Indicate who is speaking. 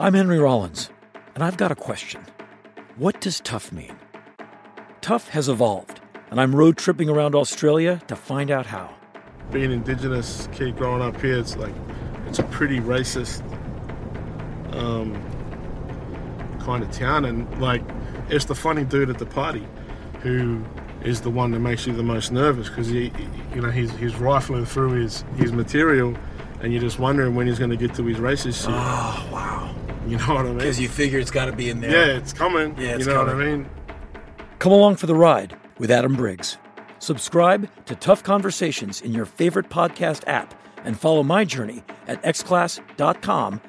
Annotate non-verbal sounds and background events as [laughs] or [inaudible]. Speaker 1: I'm Henry Rollins, and I've got a question. What does tough mean? Tough has evolved, and I'm road tripping around Australia to find out how.
Speaker 2: Being indigenous kid growing up here, it's like it's a pretty racist um, kind of town, and like it's the funny dude at the party who is the one that makes you the most nervous because he, he- you know, he's he's rifling through his his material, and you're just wondering when he's going to get to his racist shit.
Speaker 3: Oh wow!
Speaker 2: You know
Speaker 3: [laughs]
Speaker 2: what I mean?
Speaker 3: Because you figure it's got to be in there.
Speaker 2: Yeah, it's coming.
Speaker 3: Yeah, it's
Speaker 2: you know what I
Speaker 3: coming.
Speaker 2: mean.
Speaker 1: Come along for the ride with Adam Briggs. Subscribe to Tough Conversations in your favorite podcast app and follow my journey at xclass.com.au.